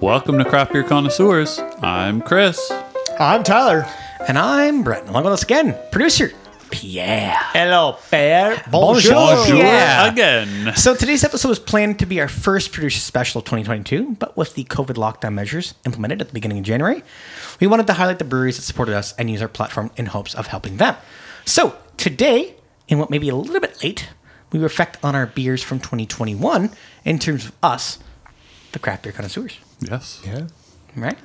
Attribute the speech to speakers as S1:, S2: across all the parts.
S1: Welcome to Craft Beer Connoisseurs. I'm Chris.
S2: I'm Tyler.
S3: And I'm Brett. Along with us again, producer Pierre.
S2: Hello, Pierre.
S3: Bonjour. Bonjour. Yeah.
S1: Again.
S3: So today's episode was planned to be our first producer special of 2022, but with the COVID lockdown measures implemented at the beginning of January, we wanted to highlight the breweries that supported us and use our platform in hopes of helping them. So today, in what may be a little bit late, we reflect on our beers from 2021 in terms of us, the craft beer connoisseurs.
S1: Yes.
S2: Yeah.
S3: Right?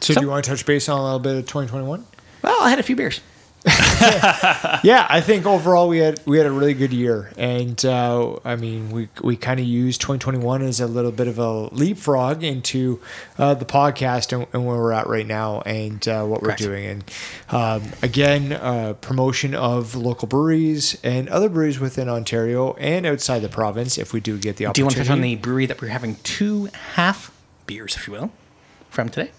S2: So,
S3: So-
S2: do you want to touch base on a little bit of 2021?
S3: Well, I had a few beers.
S2: Yeah, I think overall we had we had a really good year, and uh, I mean we we kind of used 2021 as a little bit of a leapfrog into uh, the podcast and, and where we're at right now and uh, what
S3: Correct.
S2: we're doing. And um, again, uh, promotion of local breweries and other breweries within Ontario and outside the province if we do get the opportunity.
S3: Do you want to touch on the brewery that we're having two half beers, if you will, from today?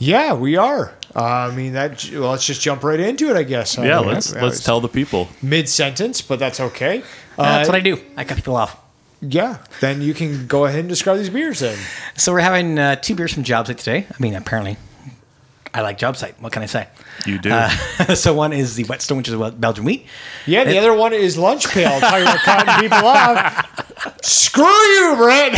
S2: Yeah, we are. Uh, I mean that. Well, let's just jump right into it, I guess. I
S1: Yeah,
S2: mean,
S1: let's
S2: I- I
S1: let's
S2: was-
S1: tell the people.
S2: mid sentence, but that's okay. Uh,
S3: That's what I do. I cut people off.
S2: yeah, then you can go ahead and describe these beers then.
S3: So we're having uh, two beers from Jobsite today. I mean, apparently, I like Jobsite. What can I say?
S1: You do.
S3: Uh, so one is the Whetstone, which is wel- Belgian wheat.
S2: Yeah, the other one is lunch pail. Talking about cutting people off. Screw you, Brett.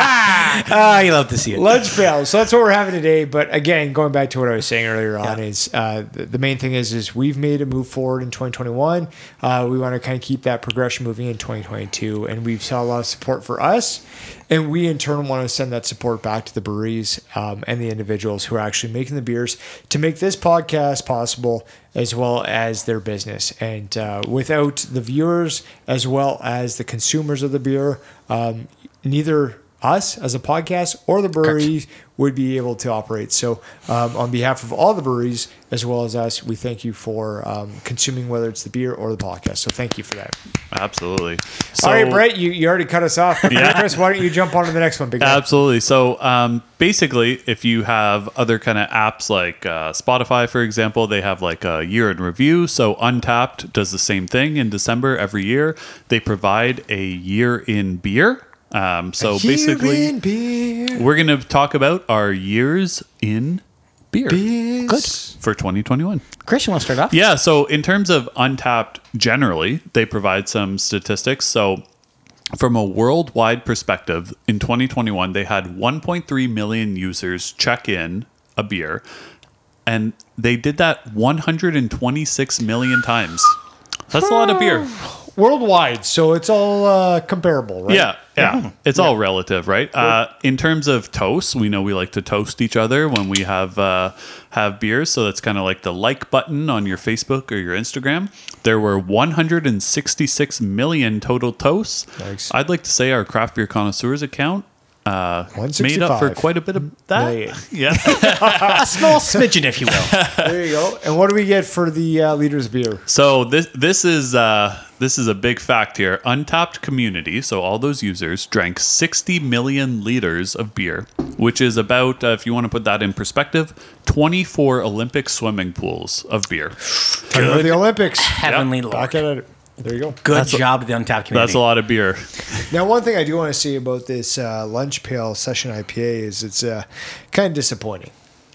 S3: Ah, you love to see it.
S2: lunch pail. So that's what we're having today. But again, going back to what I was saying earlier on, is uh, the, the main thing is is we've made a move forward in 2021. Uh, we want to kind of keep that progression moving in 2022, and we've saw a lot of support for us, and we in turn want to send that support back to the breweries um, and the individuals who are actually making the beers to make this podcast possible. As well as their business, and uh, without the viewers, as well as the consumers of the beer, um, neither us as a podcast or the breweries would be able to operate. So, um, on behalf of all the breweries as well as us, we thank you for um, consuming whether it's the beer or the podcast. So, thank you for that.
S1: Absolutely. So,
S2: All right, Brett, you, you already cut us off. Chris, why don't you jump on to the next one? Big guy?
S1: Absolutely. So um, basically, if you have other kind of apps like uh, Spotify, for example, they have like a year in review. So Untapped does the same thing in December every year. They provide a year in beer. Um, so basically,
S2: Beer and beer.
S1: we're going to talk about our years in beer
S2: Good.
S1: for 2021.
S3: Chris, you want to start off?
S1: Yeah. So in terms of Untapped generally, they provide some statistics. So from a worldwide perspective, in 2021, they had 1.3 million users check in a beer, and they did that 126 million times. That's a lot of beer.
S2: Worldwide, so it's all uh, comparable, right?
S1: Yeah, yeah. It's all relative, right? Uh, in terms of toasts, we know we like to toast each other when we have uh, have beers, so that's kind of like the like button on your Facebook or your Instagram. There were 166 million total toasts.
S2: Yikes.
S1: I'd like to say our craft beer connoisseurs account uh, made up for
S2: 165
S1: quite a bit of that.
S2: million.
S1: Yeah.
S3: A small smidgen, if you will.
S2: There you go. And what do we get for the uh, leader's beer?
S1: So this this is uh, this is a big fact here. Untapped community, so all those users drank 60 million liters of beer, which is about, uh, if you want to put that in perspective, 24 Olympic swimming pools of beer.
S2: Talking about the Olympics.
S3: Heavenly Lord.
S2: Back at it. There you go.
S3: Good job to the Untapped community.
S1: That's a lot of beer.
S2: Now, one thing I do want to say about this uh, lunch pail session IPA is it's uh, kind of disappointing.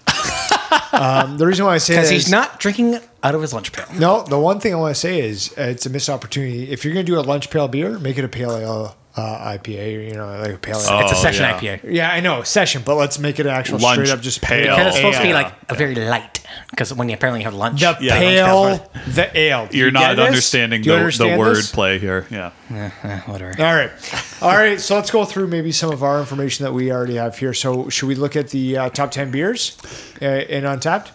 S2: um, the reason why I say that
S3: Because
S2: is
S3: he's not drinking out of his lunch pail.
S2: no. The one thing I want to say is uh, it's a missed opportunity. If you're going to do a lunch pail beer, make it a pale ale uh, IPA. or, You know, like a pale ale.
S3: it's a
S1: Oh,
S3: session
S1: yeah.
S3: IPA.
S2: Yeah, I know session, but let's make it an actual
S1: Lunch
S2: straight up just
S1: pale.
S2: pale.
S3: Because it's supposed to be
S1: Yeah.
S3: like a very light, because when you apparently have lunch.
S2: Oh, the
S1: Yeah.
S2: pale, the ale. Do
S1: You're
S2: you
S1: not
S2: get this?
S1: understanding
S2: Do you
S1: the, the
S2: understand
S1: word
S2: this?
S1: play here. Yeah.
S3: Eh, eh, whatever.
S2: All right. All right. So let's go through maybe some of our information that we already have here. So, should we look at the uh, top 10 beers uh, in Untapped?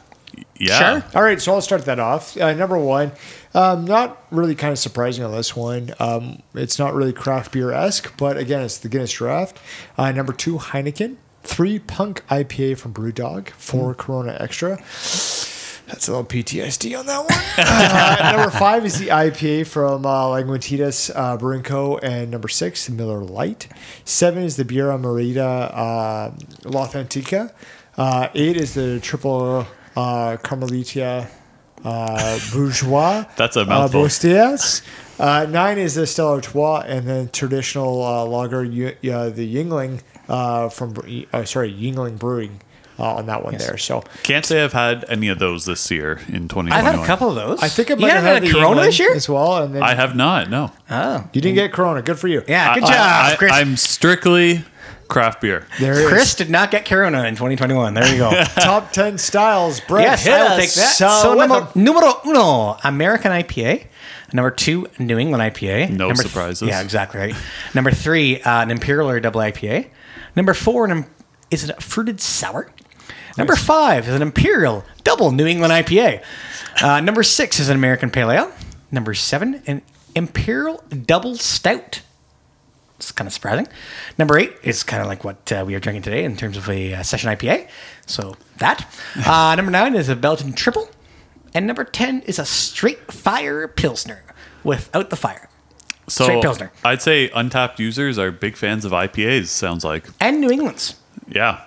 S1: Yeah.
S3: Sure.
S2: All right. So, I'll start that off. Uh, number one, um, not really kind of surprising on this one. Um, it's not really craft beer esque, but again, it's the Guinness Draft. Uh, number two, Heineken. Three, Punk IPA from Brewdog. Four, Corona Extra. That's a little PTSD on that one. uh, number five is the IPA from uh, Languintitas uh, Brewing Co. And number six, the Miller Light. Seven is the Biera Merida uh, La Authentica. Uh, eight is the Triple uh, Carmelita uh, Bourgeois.
S1: That's a mouthful.
S2: Uh, Bostias. Uh, nine is the Stella Artois, and then traditional uh, lager, y- uh, the Yingling uh, from uh, sorry Yingling Brewing uh, on that one there. So
S1: Can't say I've had any of those this year in 2021.
S3: I've had a couple of those.
S2: I think I
S3: you
S2: might have
S3: haven't
S2: had the
S3: Corona
S2: Yingling
S3: this year.
S2: as well, and then
S1: I have not. No.
S3: Oh,
S2: you didn't get Corona. Good for you.
S3: yeah. Good
S1: I-
S3: job,
S1: I,
S3: Chris.
S1: am stricely craft beer.
S2: there it is.
S3: Chris did not get Corona in 2021. There you go.
S2: top ten styles. Brett,
S3: yes,
S2: hit
S3: I will
S2: us.
S3: take that.
S2: So,
S3: So,
S2: with
S3: number,
S2: them.
S3: numero uno, American IPA. Number two, New England IPA.
S1: No
S3: Number th-
S1: surprises.
S3: yeah, exactly right. Number three, uh, an Imperial or double IPA. Number four, an, im- is it a fruited sour? Number five is an Imperial double New England IPA. Uh, number six is an American Pale Ale. Number seven, an Imperial double stout. It's kind of surprising. Number eight is kind of like what uh, we are drinking today in terms of a uh, session IPA. So that. Uh, number nine is a Belgian triple. And number 10 is a straight fire Pilsner without the fire.
S1: So
S3: Straight Pilsner.
S1: I'd say untapped users are big fans of IPAs. Sounds like
S3: And New England's.
S1: yeah.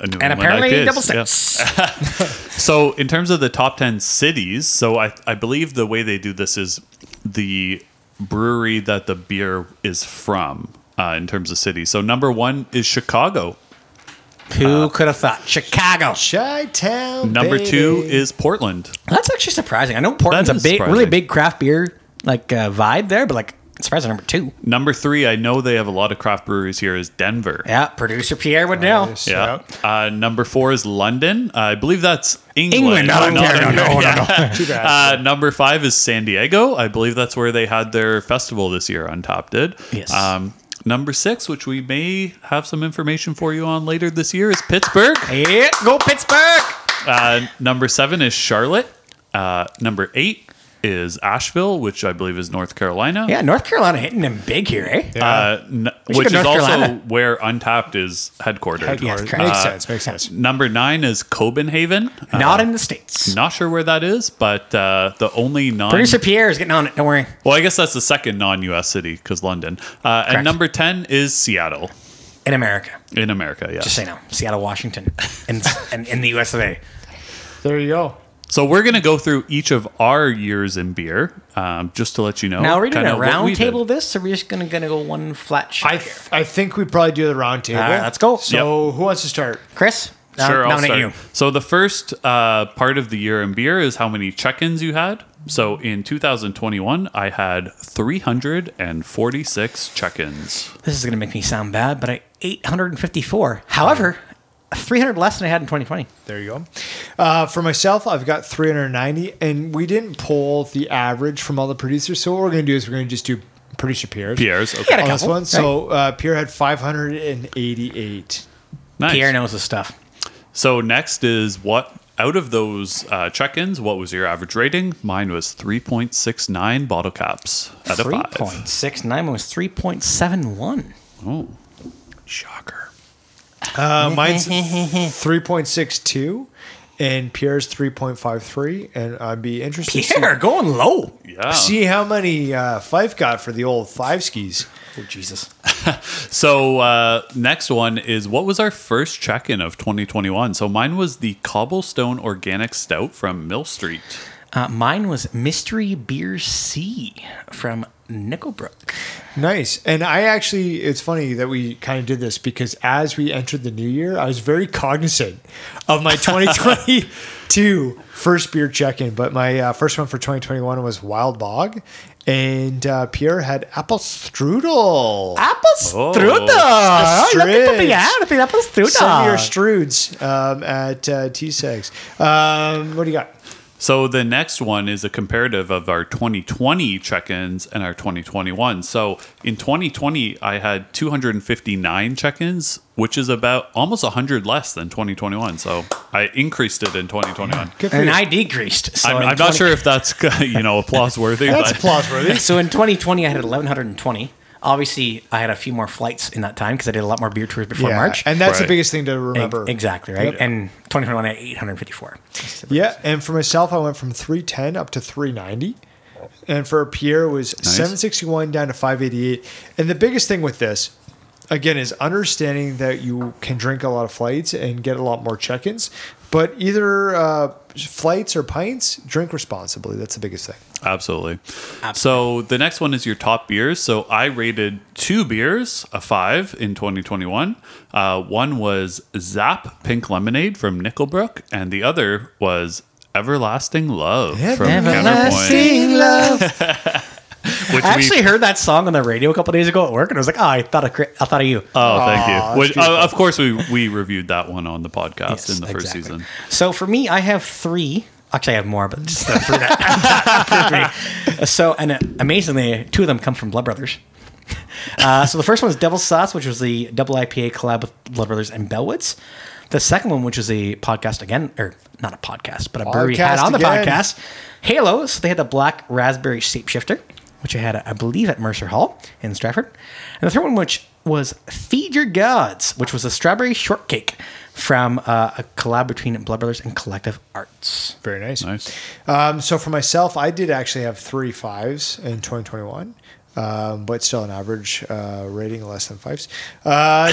S1: A New England
S3: And apparently
S1: IPAs,
S3: double
S1: yeah.
S3: six.
S1: So in terms of the top ten cities, so I I believe the way they do this is the brewery that the beer is from uh, in terms of cities. So number one is Chicago.
S3: Who could have thought? Chicago.
S2: Chi-town,
S1: Number
S2: baby.
S1: two is Portland.
S3: That's actually surprising. I know Portland's a
S1: is
S3: big, really
S1: surprising.
S3: big craft beer like uh, vibe there, but like it's surprising number two.
S1: Number three, I know they have a lot of craft breweries here. Is Denver.
S3: Yeah, producer Pierre would know.
S2: Nice.
S1: Yeah. Uh, number four is London. Uh, I believe that's England.
S3: England, not
S1: No,
S3: Ontario. No, no, no.
S2: Too bad.
S1: Uh, number five is San Diego. I believe that's where they had their festival this year. Untop did.
S3: Yes.
S1: Um, number six, which we may have some information for you on later this year, is Pittsburgh.
S3: Yeah, go Pittsburgh.
S1: Uh, number seven is Charlotte. Uh, number eight is Asheville, which I believe is North Carolina.
S3: Yeah, North Carolina hitting them big here, eh?
S1: Uh, n-
S3: should
S1: which
S3: go
S1: is
S3: North
S1: also
S3: Carolina.
S1: where Untapped is headquartered.
S3: Yeah,
S2: Makes
S3: correct. Uh,
S2: sense. Makes sense.
S1: Number nine is Copenhagen. Uh,
S3: Not in the States.
S1: uh-huh. Not sure where that is, but uh, the only non.
S3: Producer Pierre is getting on it. Don't worry.
S1: well, I guess that's the second non-U.S. city because London. Uh,
S3: Correct.
S1: and number ten is Seattle
S3: In America.
S1: in America. Yeah.
S3: Just say no. Seattle, Washington, and, and in the US of A.
S2: There you go.
S1: So we're gonna go through each of our years in beer, um, just to let you know.
S3: Now, are we doing
S1: kinda
S3: a
S1: what
S3: round
S1: we did.
S3: table of this, or are we just going to go one flat shot?
S2: I th- I think we probably do the round table.
S3: All right, let's go.
S2: So who wants to start?
S3: Chris, now,
S1: Sure, I'll
S3: nominate
S1: start.
S3: you.
S1: So the first uh, part of the year in beer is how many check-ins you had. So in 2021, I had 346 check-ins.
S3: This is going to make me sound bad, but I 854. However, 300 less than I had in 2020.
S2: There you go. Uh, for myself, I've got 390, and we didn't pull the average from all the producers. So what we're going to do is we're going to just do producer Pierre's
S1: Pierre's
S3: got
S1: okay.
S3: a
S2: on this
S3: couple,
S2: one. So uh, Pierre had 588.
S1: Nice.
S3: Pierre knows the stuff.
S1: So next is what out of those uh, check-ins, what was your average rating? Mine was 3.69 bottle caps out of five.
S3: 3.69 was 3.71.
S1: Oh, shocker!
S2: Uh, mine's 3.62, and Pierre's 3.53. And I'd be interested to see-
S3: Pierre, going low.
S1: Yeah.
S2: see how many uh, Fife got for the old five skis.
S3: Oh, Jesus.
S1: So uh, next one is what was our first check-in of 2021? So mine was the Cobblestone Organic Stout from Mill Street.
S3: Uh, mine was Mystery Beer C from Nickelbrook.
S2: Nice. And I actually, it's funny that we kind of did this because as we entered the new year, I was very cognizant of my 2022 first beer check in. But my uh, first one for 2021 was Wild Bog. And uh, Pierre had apple
S1: Oh.
S2: strudel.
S3: Apple strudel. Oh, look at the
S2: Strudel.
S3: yeah, look at apple strudel.
S2: Some of your struds um, at uh, T-Segs. Um, what do you got?
S1: So the next one is a comparative of our 2020 check-ins and our 2021. So in 2020, I had 259 check-ins, which is about almost 100 less than 2021. So I increased it in 2021.
S2: Good for
S3: and
S2: you.
S3: I decreased. So
S1: I'm,
S3: in
S1: I'm not
S3: 20
S1: sure if that's you know applause worthy.
S2: That's
S1: but
S2: applause worthy.
S3: So in 2020, I had 1120. Obviously, I had a few more flights in that time because I did a lot more beer tours before March.
S2: And that's the
S1: Right.
S2: biggest thing to remember.
S3: E- exactly right.
S2: Yep.
S3: And 2021, I had 854.
S2: Yeah, and for myself, I went from 310 up to 390. And for Pierre, it was 761 down to 588. And the biggest thing with this again is understanding that you can drink a lot of flights and get a lot more check-ins. But either uh, flights or pints, drink responsibly. That's the biggest thing.
S1: Absolutely. So the next one is your top beers. So I rated two beers a five in 2021. Uh, one was Zap Pink Lemonade from Nickelbrook, and the other was Everlasting Love from Counterpoint,
S3: love.
S1: which
S3: I
S1: we
S3: actually heard that song on the radio a couple days ago at work, and I was like, "Oh, I thought of, Chri- I thought of you."
S1: Oh,
S2: Aw,
S1: thank you. Which,
S2: that's
S1: uh, of course, we, we reviewed that one on the podcast
S3: Yes,
S1: in the first
S3: exactly.
S1: season.
S3: So for me, I have three. Actually, I have more, but just the three. that- three. So, and uh, amazingly, two of them come from Blood Brothers. Uh, so the first one is Devil's Sauce, which was the double IPA collab with Blood Brothers and Bellwoods. The second one, which is a podcast again, or not a podcast, but a brewery had
S2: Podcast
S3: on the
S2: again.
S3: podcast, Halo. So they had the black raspberry shapeshifter, which I had, I believe, at Mercer Hall in Stratford. And the third one, which was Feed Your Gods, which was a strawberry shortcake from uh, a collab between Blood Brothers and Collective Arts.
S2: Very nice.
S1: Nice.
S2: Um, so for myself, I did actually have three fives in 2021, um, but still an average uh, rating less than fives. Uh,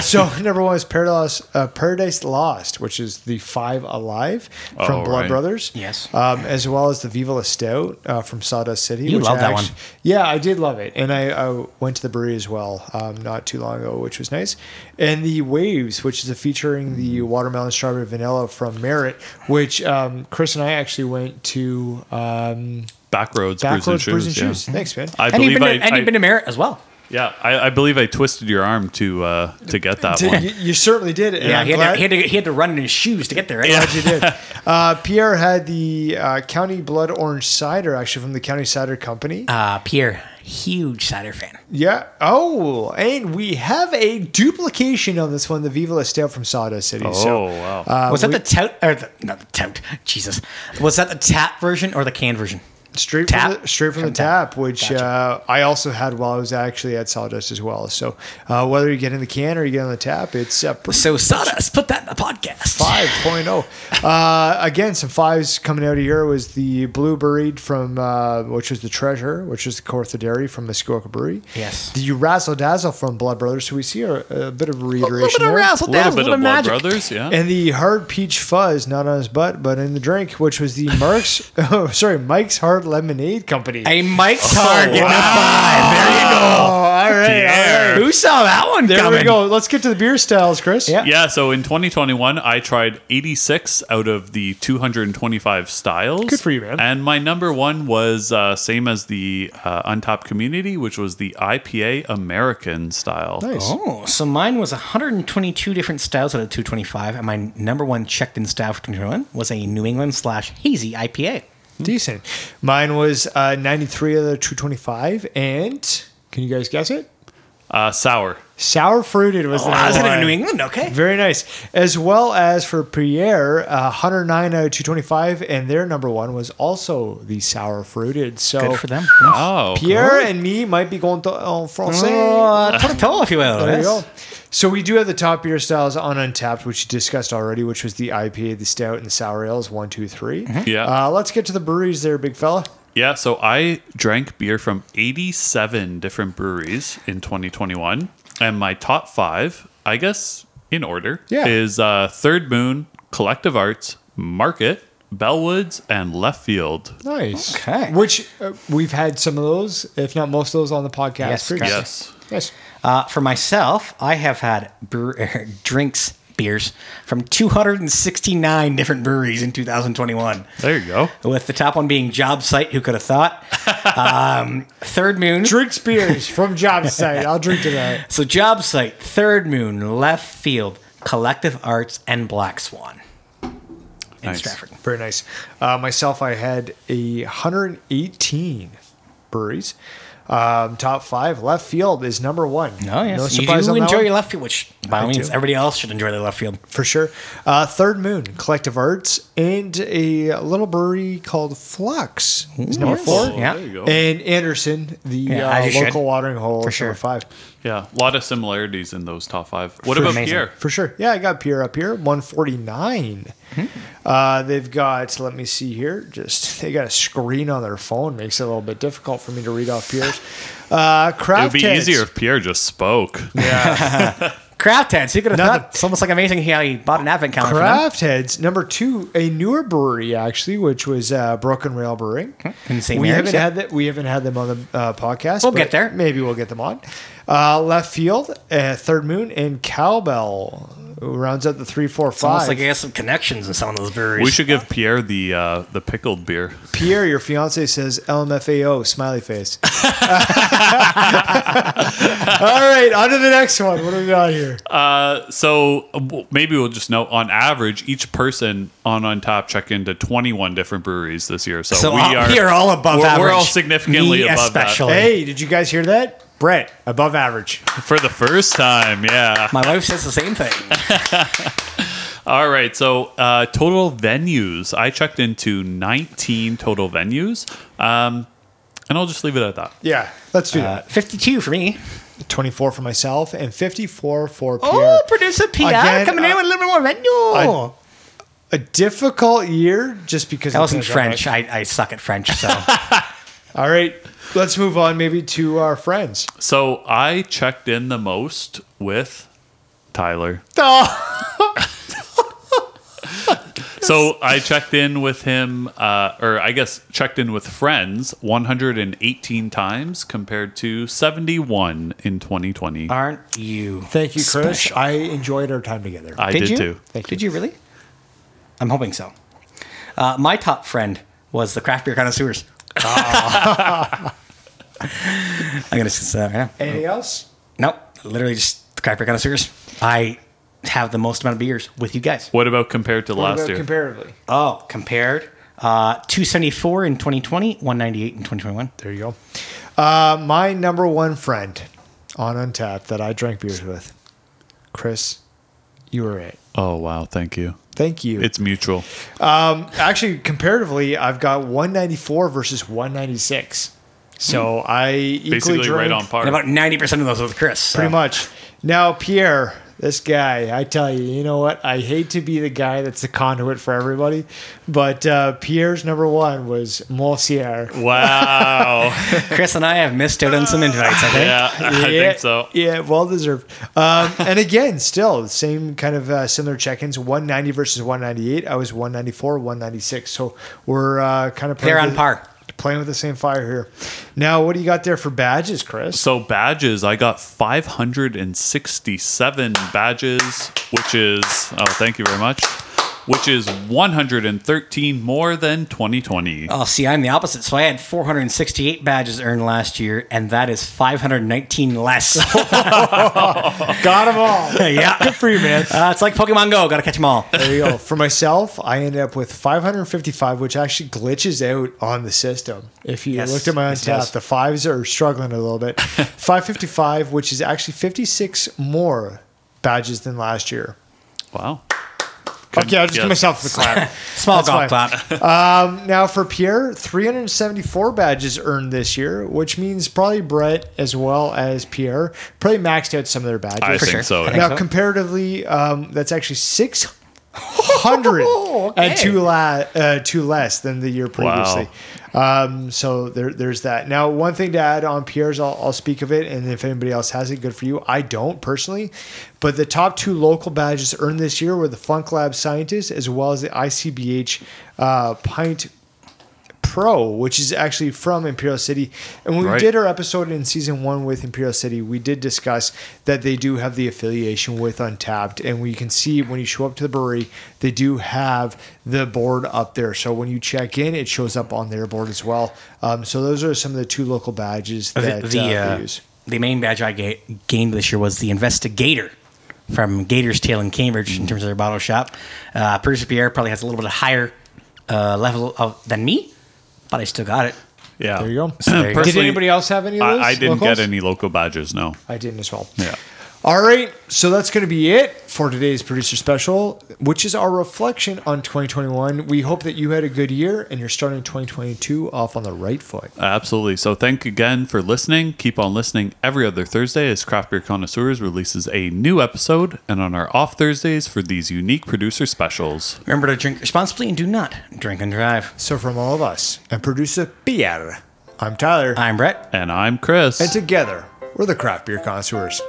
S2: so number one is Paradise, uh, Paradise Lost, which is the Five Alive from
S1: Oh,
S2: Blood
S1: right.
S2: Brothers.
S3: Yes.
S2: Um, as well as the Viva La Stout uh, from Sawdust City.
S3: You
S2: which
S3: love
S2: I
S3: that one.
S2: actu- Yeah, I did love it. And I, I went to the brewery as well um, not too long ago, which was nice. And the Waves, which is a featuring the watermelon, strawberry, vanilla from Merritt, which um, Chris and I actually went to um,
S1: Backroads, Brews and
S2: Backroads Brews and
S1: Shoes. yeah.
S2: Shoes. Thanks, man.
S1: I
S3: And you've
S1: believe
S3: been,
S1: I,
S3: to, and
S1: I-
S3: you've been to Merritt as well.
S1: yeah, I, I believe I twisted your arm to uh, to get that
S2: Did-
S1: one.
S2: you, you certainly did. And
S3: Yeah,
S2: I'm
S3: he had,
S2: glad-
S3: to, he, had to, he had to run in his shoes to get there. Right?
S2: glad you did. Uh, Pierre had the uh, County Blood Orange Cider, actually, from the County Cider Company.
S3: Uh, Pierre, huge cider fan.
S2: Yeah. Oh, and we have a duplication on this one, the Viva La Stout from Sawdust City.
S1: Oh,
S2: so,
S1: wow.
S2: uh,
S3: was
S2: we-
S3: that the tout or the, not the tout? Jesus, was that the tap version or the canned version?
S2: straight
S3: tap?
S2: From the, straight from the
S3: From tap.
S2: tap, which
S3: Gotcha.
S2: uh, I also had while I was actually at Sawdust as well. So uh, whether you get in the can or you get on the tap, it's uh, pretty
S3: So sawdust, put that in the podcast.
S2: 5.0. Uh, again, some fives coming out of here was the Bluebird from, uh, which was the Treasure, which is the Cortha Dairy from Muskoka Brewery.
S3: Yes.
S2: The Razzle Dazzle from Blood Brothers. So we see a, a bit of reiteration there.
S1: A little bit of Blood Brothers, yeah.
S2: and the hard peach fuzz, not on his butt, but in the drink, which was the Mark's, oh, sorry, Mike's Hard Lemonade Company.
S3: A Mike's hard getting a five. There you go.
S2: Oh, all right, all right.
S1: Pierre.
S3: Who saw that one
S2: There
S3: coming?
S2: we go. Let's get to the beer styles, Chris.
S3: Yeah.
S1: Yeah, so in 2021, I tried 86 out of the 225 styles.
S2: Good for you, man.
S1: And my number one was uh, same as the uh, Untapped community, which was the IPA American style.
S2: Nice.
S3: Oh, so mine was 122 different styles out of 225, and my number one checked in style for 2021 was a New England slash hazy IPA.
S2: Decent. Mine was uh, 93 out of 225. And can you guys guess it?
S1: Uh, sour.
S2: Sour fruited was the
S3: I was
S2: number
S3: Oh, in
S2: one.
S3: New England. Okay.
S2: Very nice. As well as for Pierre, uh, 109 out of 225. And their number one was also the sour fruited. So
S3: Good for them.
S1: Oh.
S2: Pierre and me might be going to en français.
S3: Uh, Tortilla, if you will.
S2: There you
S3: yes.
S2: go. So we do have the top beer styles on Untapped, which you discussed already, which was the IPA, the stout, and the sour ales. One, two, three.
S3: Mm-hmm.
S1: Yeah.
S2: Uh, let's get to the breweries there, big fella.
S1: Yeah, so I drank beer from 87 different breweries in 2021. And my top five, I guess in order,
S2: Yeah.
S1: is uh, Third Moon, Collective Arts, Market, Bellwoods, and Left Field.
S2: Nice.
S3: Okay.
S2: Which uh, we've had some of those, if not most of those, on the podcast.
S3: Yes,
S2: previously.
S1: Yes.
S2: Yes.
S3: Uh, for myself, I have had brew- drinks, beers from 269 different breweries in 2021.
S1: There you go.
S3: With the top one being Job Site, who could have thought? um, Third Moon.
S2: Drinks beers from job site. I'll drink to that.
S3: So Job Site, Third Moon, Left Field, Collective Arts, and Black Swan in
S1: Nice.
S3: Stratford.
S2: Very nice. Uh, myself, I had a 118 breweries. Um, top five. Left field is number one.
S3: Oh, yes.
S2: No
S3: you
S2: surprise
S3: do
S2: on that
S3: enjoy
S2: one?
S3: your left field, which by all
S2: I
S3: means,
S2: do.
S3: everybody else should enjoy their left field.
S2: for sure. Uh, Third Moon, Collective Arts, and a little brewery called Flux is number
S3: yes.
S2: four.
S1: Oh,
S3: Yeah.
S1: There you go.
S2: And Anderson, the
S3: Yeah,
S2: uh,
S3: as you
S2: local
S3: should.
S2: watering hole,
S3: For
S2: is
S3: sure.
S2: number five.
S1: Yeah, a lot of similarities in those top five. What
S3: For-
S1: about
S3: Amazing.
S1: Pierre?
S3: Hmm.
S2: For sure. Yeah, I got Pierre up here, 149. Uh, they've got, let me see here, just they got a screen on their phone. Makes it a little bit difficult for me to read off Pierre's. Uh,
S1: It
S2: crowd
S1: would be
S2: tents.
S1: easier if Pierre just spoke.
S3: Craft heads. Who could have
S2: Nothing.
S3: thought? It's almost like amazing how he bought an advent calendar. for them.
S2: Craft Heads, number two, a newer brewery actually, which was uh, Broken Rail Brewing.
S3: Hmm, In St.
S2: We
S3: Mary's,
S2: haven't
S3: yeah.
S2: had that. We haven't had them on the uh, podcast.
S3: We'll
S2: but
S3: get there.
S2: Maybe we'll get them on. Uh, Left Field, uh, Third Moon, and Cowbell who rounds up the three, four,
S3: It's almost
S2: five.
S3: like he has some connections in some of those breweries.
S1: We should give Pierre the uh, the pickled beer.
S2: Pierre, your fiance says LMFAO smiley face. All right, on to the next one. What do we got here?
S3: Oh,
S1: Uh, so uh, w- maybe we'll just note on average, each person on on top check into 21 different breweries this year. So,
S3: So
S1: we
S3: all-
S1: are
S3: we are all above
S1: we're, We're
S3: average.
S1: all significantly
S3: Me
S1: above
S3: especially.
S2: hey, did you guys hear that? Brett, above average.
S1: that for the first time. Yeah.
S3: My wife says the same thing.
S1: All right. So uh, total venues, I checked into 19 total venues, um, and I'll just leave it at that.
S2: Yeah, let's
S3: Uh,
S2: do that.
S3: 52 for me.
S2: 24 for myself and 54 for Pierre.
S3: Oh, producer PR
S2: Again,
S3: coming
S2: uh,
S3: in with a little bit more venue.
S2: a difficult year just because
S3: that
S2: of
S3: was in
S2: the
S3: French.
S2: pandemic.
S3: I, I suck at French, so
S2: All right, let's move on maybe to our friends.
S1: So I checked in the most with Tyler. So I checked in with him, uh, or I guess checked in with friends 118 times compared to 71 in 2020.
S2: Uh,
S3: aren't you?
S2: Thank you, Chris.
S3: Special.
S2: I enjoyed our time together.
S1: I did,
S3: you?
S1: too.
S2: Thank
S3: Did you really? I'm hoping so. Uh, my top friend was the craft beer connoisseurs. I'm gonna say that right now.
S2: Anything else?
S3: Nope, literally just the craft beer connoisseurs. I have the most amount of beers with you guys.
S1: What about compared to
S2: What
S1: last
S2: about
S1: year?
S2: comparatively?
S3: Oh, compared uh, 274 in 2020, 198 in 2021.
S2: There you go. Uh, my number one friend on Untapped that I drank beers with, Chris, you were it.
S1: oh, wow. Thank you.
S2: Thank you.
S1: It's mutual.
S2: actually comparatively i've got 194 versus 196 so i equally
S1: Basically,
S2: drink,
S1: right on par.
S3: And about 90% of those with Chris. so-
S2: pretty much now pierre this guy i tell you you know what i hate to be the guy that's the conduit for everybody but uh, pierre's number one was monsieur
S1: Wow.
S3: Chris and I have missed out on some invites, I think.
S1: yeah, I think so.
S2: Yeah, well deserved. Um, and again, still same kind of uh, similar check-ins. 190 versus 198. I was 194, 196. So we're uh, kind of playing
S3: They're on
S2: with-
S3: par.
S2: Playing with the same fire here. Now, what do you got there for badges, Chris?
S1: So badges, I got 567 badges, which is oh, thank you very much, which is 113 more than 2020.
S3: Oh, see, I'm the opposite. So I had 468 badges earned last year, and that is 519 less.
S2: Got them all.
S3: yeah.
S2: Good for you, man.
S3: Uh, it's like Pokemon Go. Got to catch them all.
S2: There you go. For myself, I ended up with 555, which actually glitches out on the system. If you
S3: Yes,
S2: looked at my on
S3: it does.
S2: the fives are struggling a little bit. 555, which is actually 56 more badges than last year.
S1: Wow.
S2: Okay, I'll just give
S1: yes.
S2: myself the clap.
S3: Small
S2: That's
S3: golf
S2: fine.
S3: clap.
S2: now for Pierre, 374 badges earned this year, which means probably Brett as well as Pierre probably maxed out some of their badges.
S1: I
S3: For
S1: think
S3: sure.
S1: so.
S3: I think
S1: yeah.
S2: now,
S3: so.
S2: comparatively, um, that's actually 600 and two, la- uh, two less than the year previously. Um, so there, there's that. Now, one thing to add on Pierre's, I'll, I'll speak of it, and if anybody else has it, good for you. I don't personally, but the top two local badges earned this year were the Funk Lab Scientist as well as the ICBH uh, Pint Pro, which is actually from Imperial City. And when we
S1: Right.
S2: did our episode in season one with Imperial City, we did discuss that they do have the affiliation with Untapped. And we can see when you show up to the brewery, they do have the board up there. So when you check in, it shows up on their board as well. Um, so those are some of the two local badges
S3: The,
S2: that
S3: the,
S2: uh,
S3: uh,
S2: they use.
S3: the main badge I ga- gained this year was the investigator from Gator's Tail in Cambridge in terms of their bottle shop. Uh, Producer Pierre probably has a little bit higher uh, level of than me, but I still got it.
S1: Yeah.
S2: There you go.
S3: there you go.
S2: did
S1: Personally,
S2: anybody else have any of
S1: I,
S2: those?
S1: I didn't
S2: locals?
S1: get any local badges. No.
S2: I didn't as well.
S1: Yeah.
S2: All right, so that's going to be it for today's producer special, which is our reflection on 2021. We hope that you had a good year and you're starting 2022 off on the right foot.
S1: Absolutely. So thank again for listening. Keep on listening every other Thursday as Craft Beer Connoisseurs releases a new episode and on our off Thursdays for these unique producer specials.
S3: Remember to drink responsibly and do not drink and drive.
S2: So, from all of us and producer Pierre, I'm Tyler,
S3: I'm Brett.
S1: And I'm Chris.
S2: and together we're the Craft Beer Connoisseurs.